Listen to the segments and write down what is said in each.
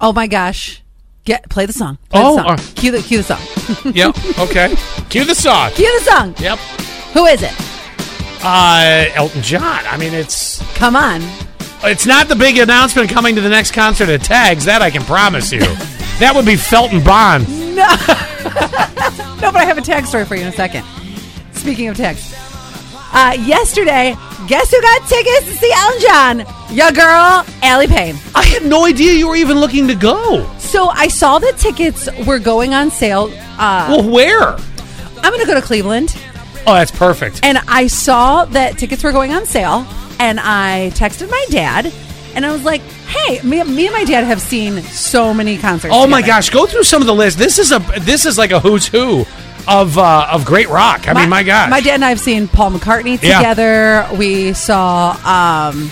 Oh my gosh. Get play the song. Play Oh, the song. all right. cue the cue the song. Yep. Okay. Cue the song. Cue the song. Yep. Who is it? Uh, Elton John. I mean, it's Come on. it's not the big announcement coming to the next concert at Tags. That I can promise you. that would be Felton Bond. No, but I have a tag story for you in a second. Speaking of tags. Uh, yesterday, guess who got tickets to see Elton John? Your girl, Allie Payne. I had no idea you were even looking to go. So I saw the tickets were going on sale. Uh, Well, where? I'm going to go to Cleveland. Oh, that's perfect. And I saw that tickets were going on sale, and I texted my dad, and I was like, "Hey, me, me and my dad have seen so many concerts." Oh my together." gosh, go through some of the list. This is a this is like a who's who of uh, of great rock. I mean, my gosh. my dad and I have seen Paul McCartney Yeah. together. We saw um,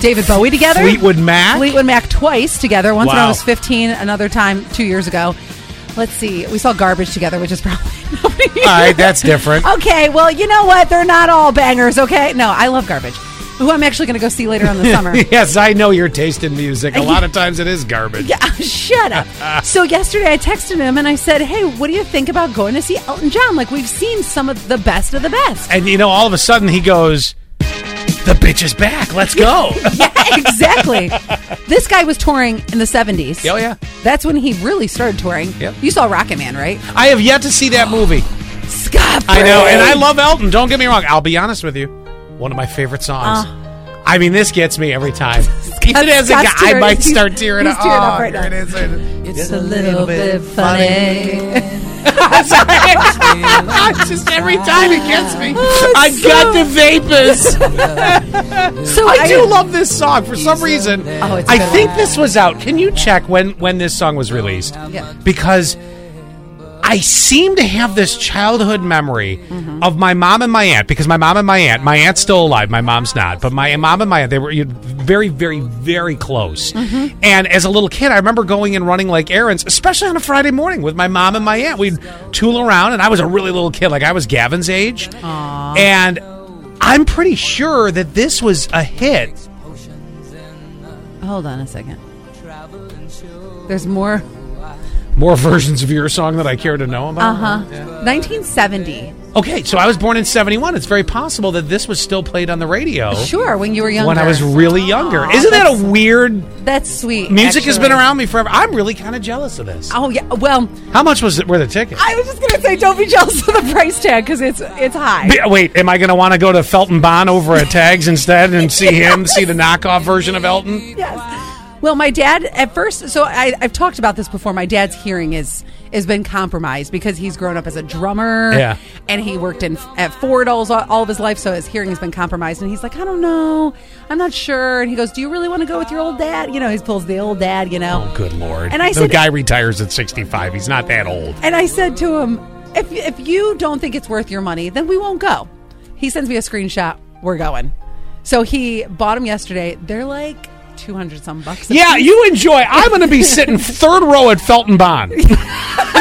David Bowie together. Fleetwood Mac? Fleetwood Mac twice together. Once when I Wow. was 15, another time two years ago. Let's see, we saw Garbage together, which is probably nobody. All right, that's different. Okay, well, you know what? They're not all bangers, okay? No, I love garbage. Who I'm actually going to go see later on this summer. yes, I know your taste in music. A lot of times it is garbage. Yeah, shut up. so yesterday I texted him and I said, "Hey, what do you think about going to see Elton John? Like we've seen some of the best of the best." And you know, all of a sudden he goes, "The bitch is back. Let's go." yeah, exactly. this guy was touring in the 70s. Oh, yeah. That's when he really started touring. Yep. You saw Rocket Man, right? I have yet to see that movie. Scott. I know, and I Briggs. love Elton. Don't get me wrong. I'll be honest with you. One of my favorite songs. Uh. I mean, this gets me every time. Even as a Scott's guy, I tearing- might he's- start tearing he's up. tearing up Oh, right now. here it is, here it is. It's a little bit funny. It's just every time it gets me. Oh, it's I got the vapors. So I do love this song for some reason. Oh, it's a I good think one. this was out. Can you check when when this song was released? Yeah. Because I seem to have this childhood memory of my mom and my aunt because my mom and my aunt, my aunt's still alive, my mom's not, but my mom and my aunt, they were you know, very, very, very close. And as a little kid, I remember going and running like errands, especially on a Friday morning with my mom and my aunt. We'd tool around, and I was a really little kid, like I was Gavin's age. And I'm pretty sure that this was a hit Hold on a second. There's more. more versions of your song that I care to know about. Uh huh. 1970. Okay, so I was born in 71. It's very possible that this was still played on the radio Sure, when you were younger. when I was really younger. Isn't that a weird That's sweet. music has been actually. around me forever. I'm really kind of jealous of this. Oh yeah. Well, How much was it were the tickets? I was just gonna say, don't be jealous of the price tag because it's it's high. B- Wait, am I going to want to go to Felton Bond over at Tags instead and see him, see the knockoff version of Elton? Yes. Well, my dad at first. So I, I've talked about this before. My dad's hearing is has been compromised because he's grown up as a drummer. Yeah. And he worked in at Ford all, all of his life, so his hearing has been compromised. And he's like, I don't know, I'm not sure. And he goes, Do you really want to go with your old dad? You know, he pulls the old dad. You know. Oh, good lord. And I the said- guy retires at 65. He's not that old. And I said to him, if, if you don't think it's worth your money, then we won't go. He sends me a screenshot. We're going. So he bought them yesterday. They're like 200 some bucks. a Yeah, you enjoy. I'm going to be sitting third row at Felton Bond,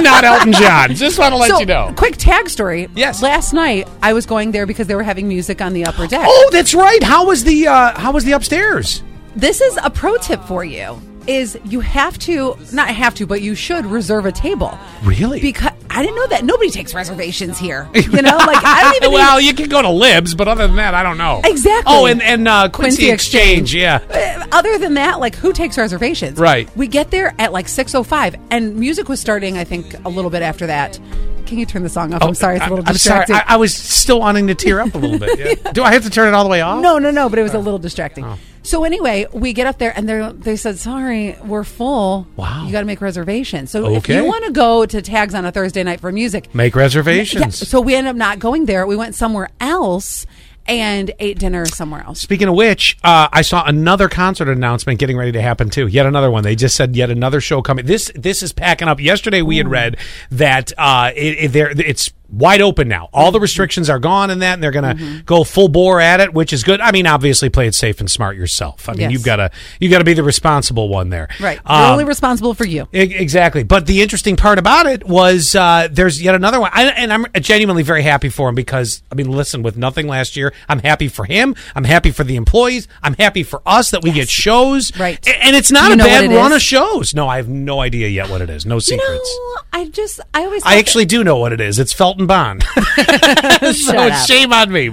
not Elton John. Just want to let so, you know. Quick tag story. Yes. Last night I was going there because they were having music on the upper deck. Oh, that's right. How was the uh, how was the upstairs? This is a pro tip for you. Is you have to not have to, but you should reserve a table. Really? Because I didn't know that nobody takes reservations here. You know, like I don't even. well, you can go to Libs, but other than that, I don't know. Exactly. Oh, and and uh, Quincy, Quincy Exchange. Exchange. Yeah. Uh, other than that, like who takes reservations? Right. We get there at like six oh five, and music was starting. I think a little bit after that. Can you turn the song off? I'm sorry, it's a little I'm sorry. distracting. Oh, I, I was still wanting to tear up a little bit. Yeah. Do I have to turn it all the way off? no, no, no, but it Oh. was a little distracting. So anyway, we get up there, and they they said, "Sorry, we're full. Wow. you got to make reservations." So if Okay. you want to go to Tags on a Thursday night for music, Make yeah, reservations. so we end up not going there. We went somewhere else and ate dinner somewhere else. Speaking of which, uh, I saw another concert announcement getting ready to happen too. Yet another one. They just said yet Mm. another show coming. This this is packing up. Yesterday we had read that uh, it, it, there it's wide open now. All the restrictions are gone and that, and they're going to Mm-hmm. go full bore at it, which is good. I mean, obviously, play it safe and smart yourself. I mean, Yes. you've got to you got to be the responsible one there, Right. You're Um, only responsible for you. E- Exactly. But the interesting part about it was uh, there's yet another one. I, and I'm genuinely very happy for him because, I mean, listen, with nothing last year, I'm happy for him. I'm happy for the employees. I'm happy for us that we get shows. Right. A- And it's not Do you a know bad what it run is? of shows. No, I have no idea yet what it is. No You secrets. know, I just I always I actually do know what it is. It's Felton Bond. so Shut up. Oh, shame on me.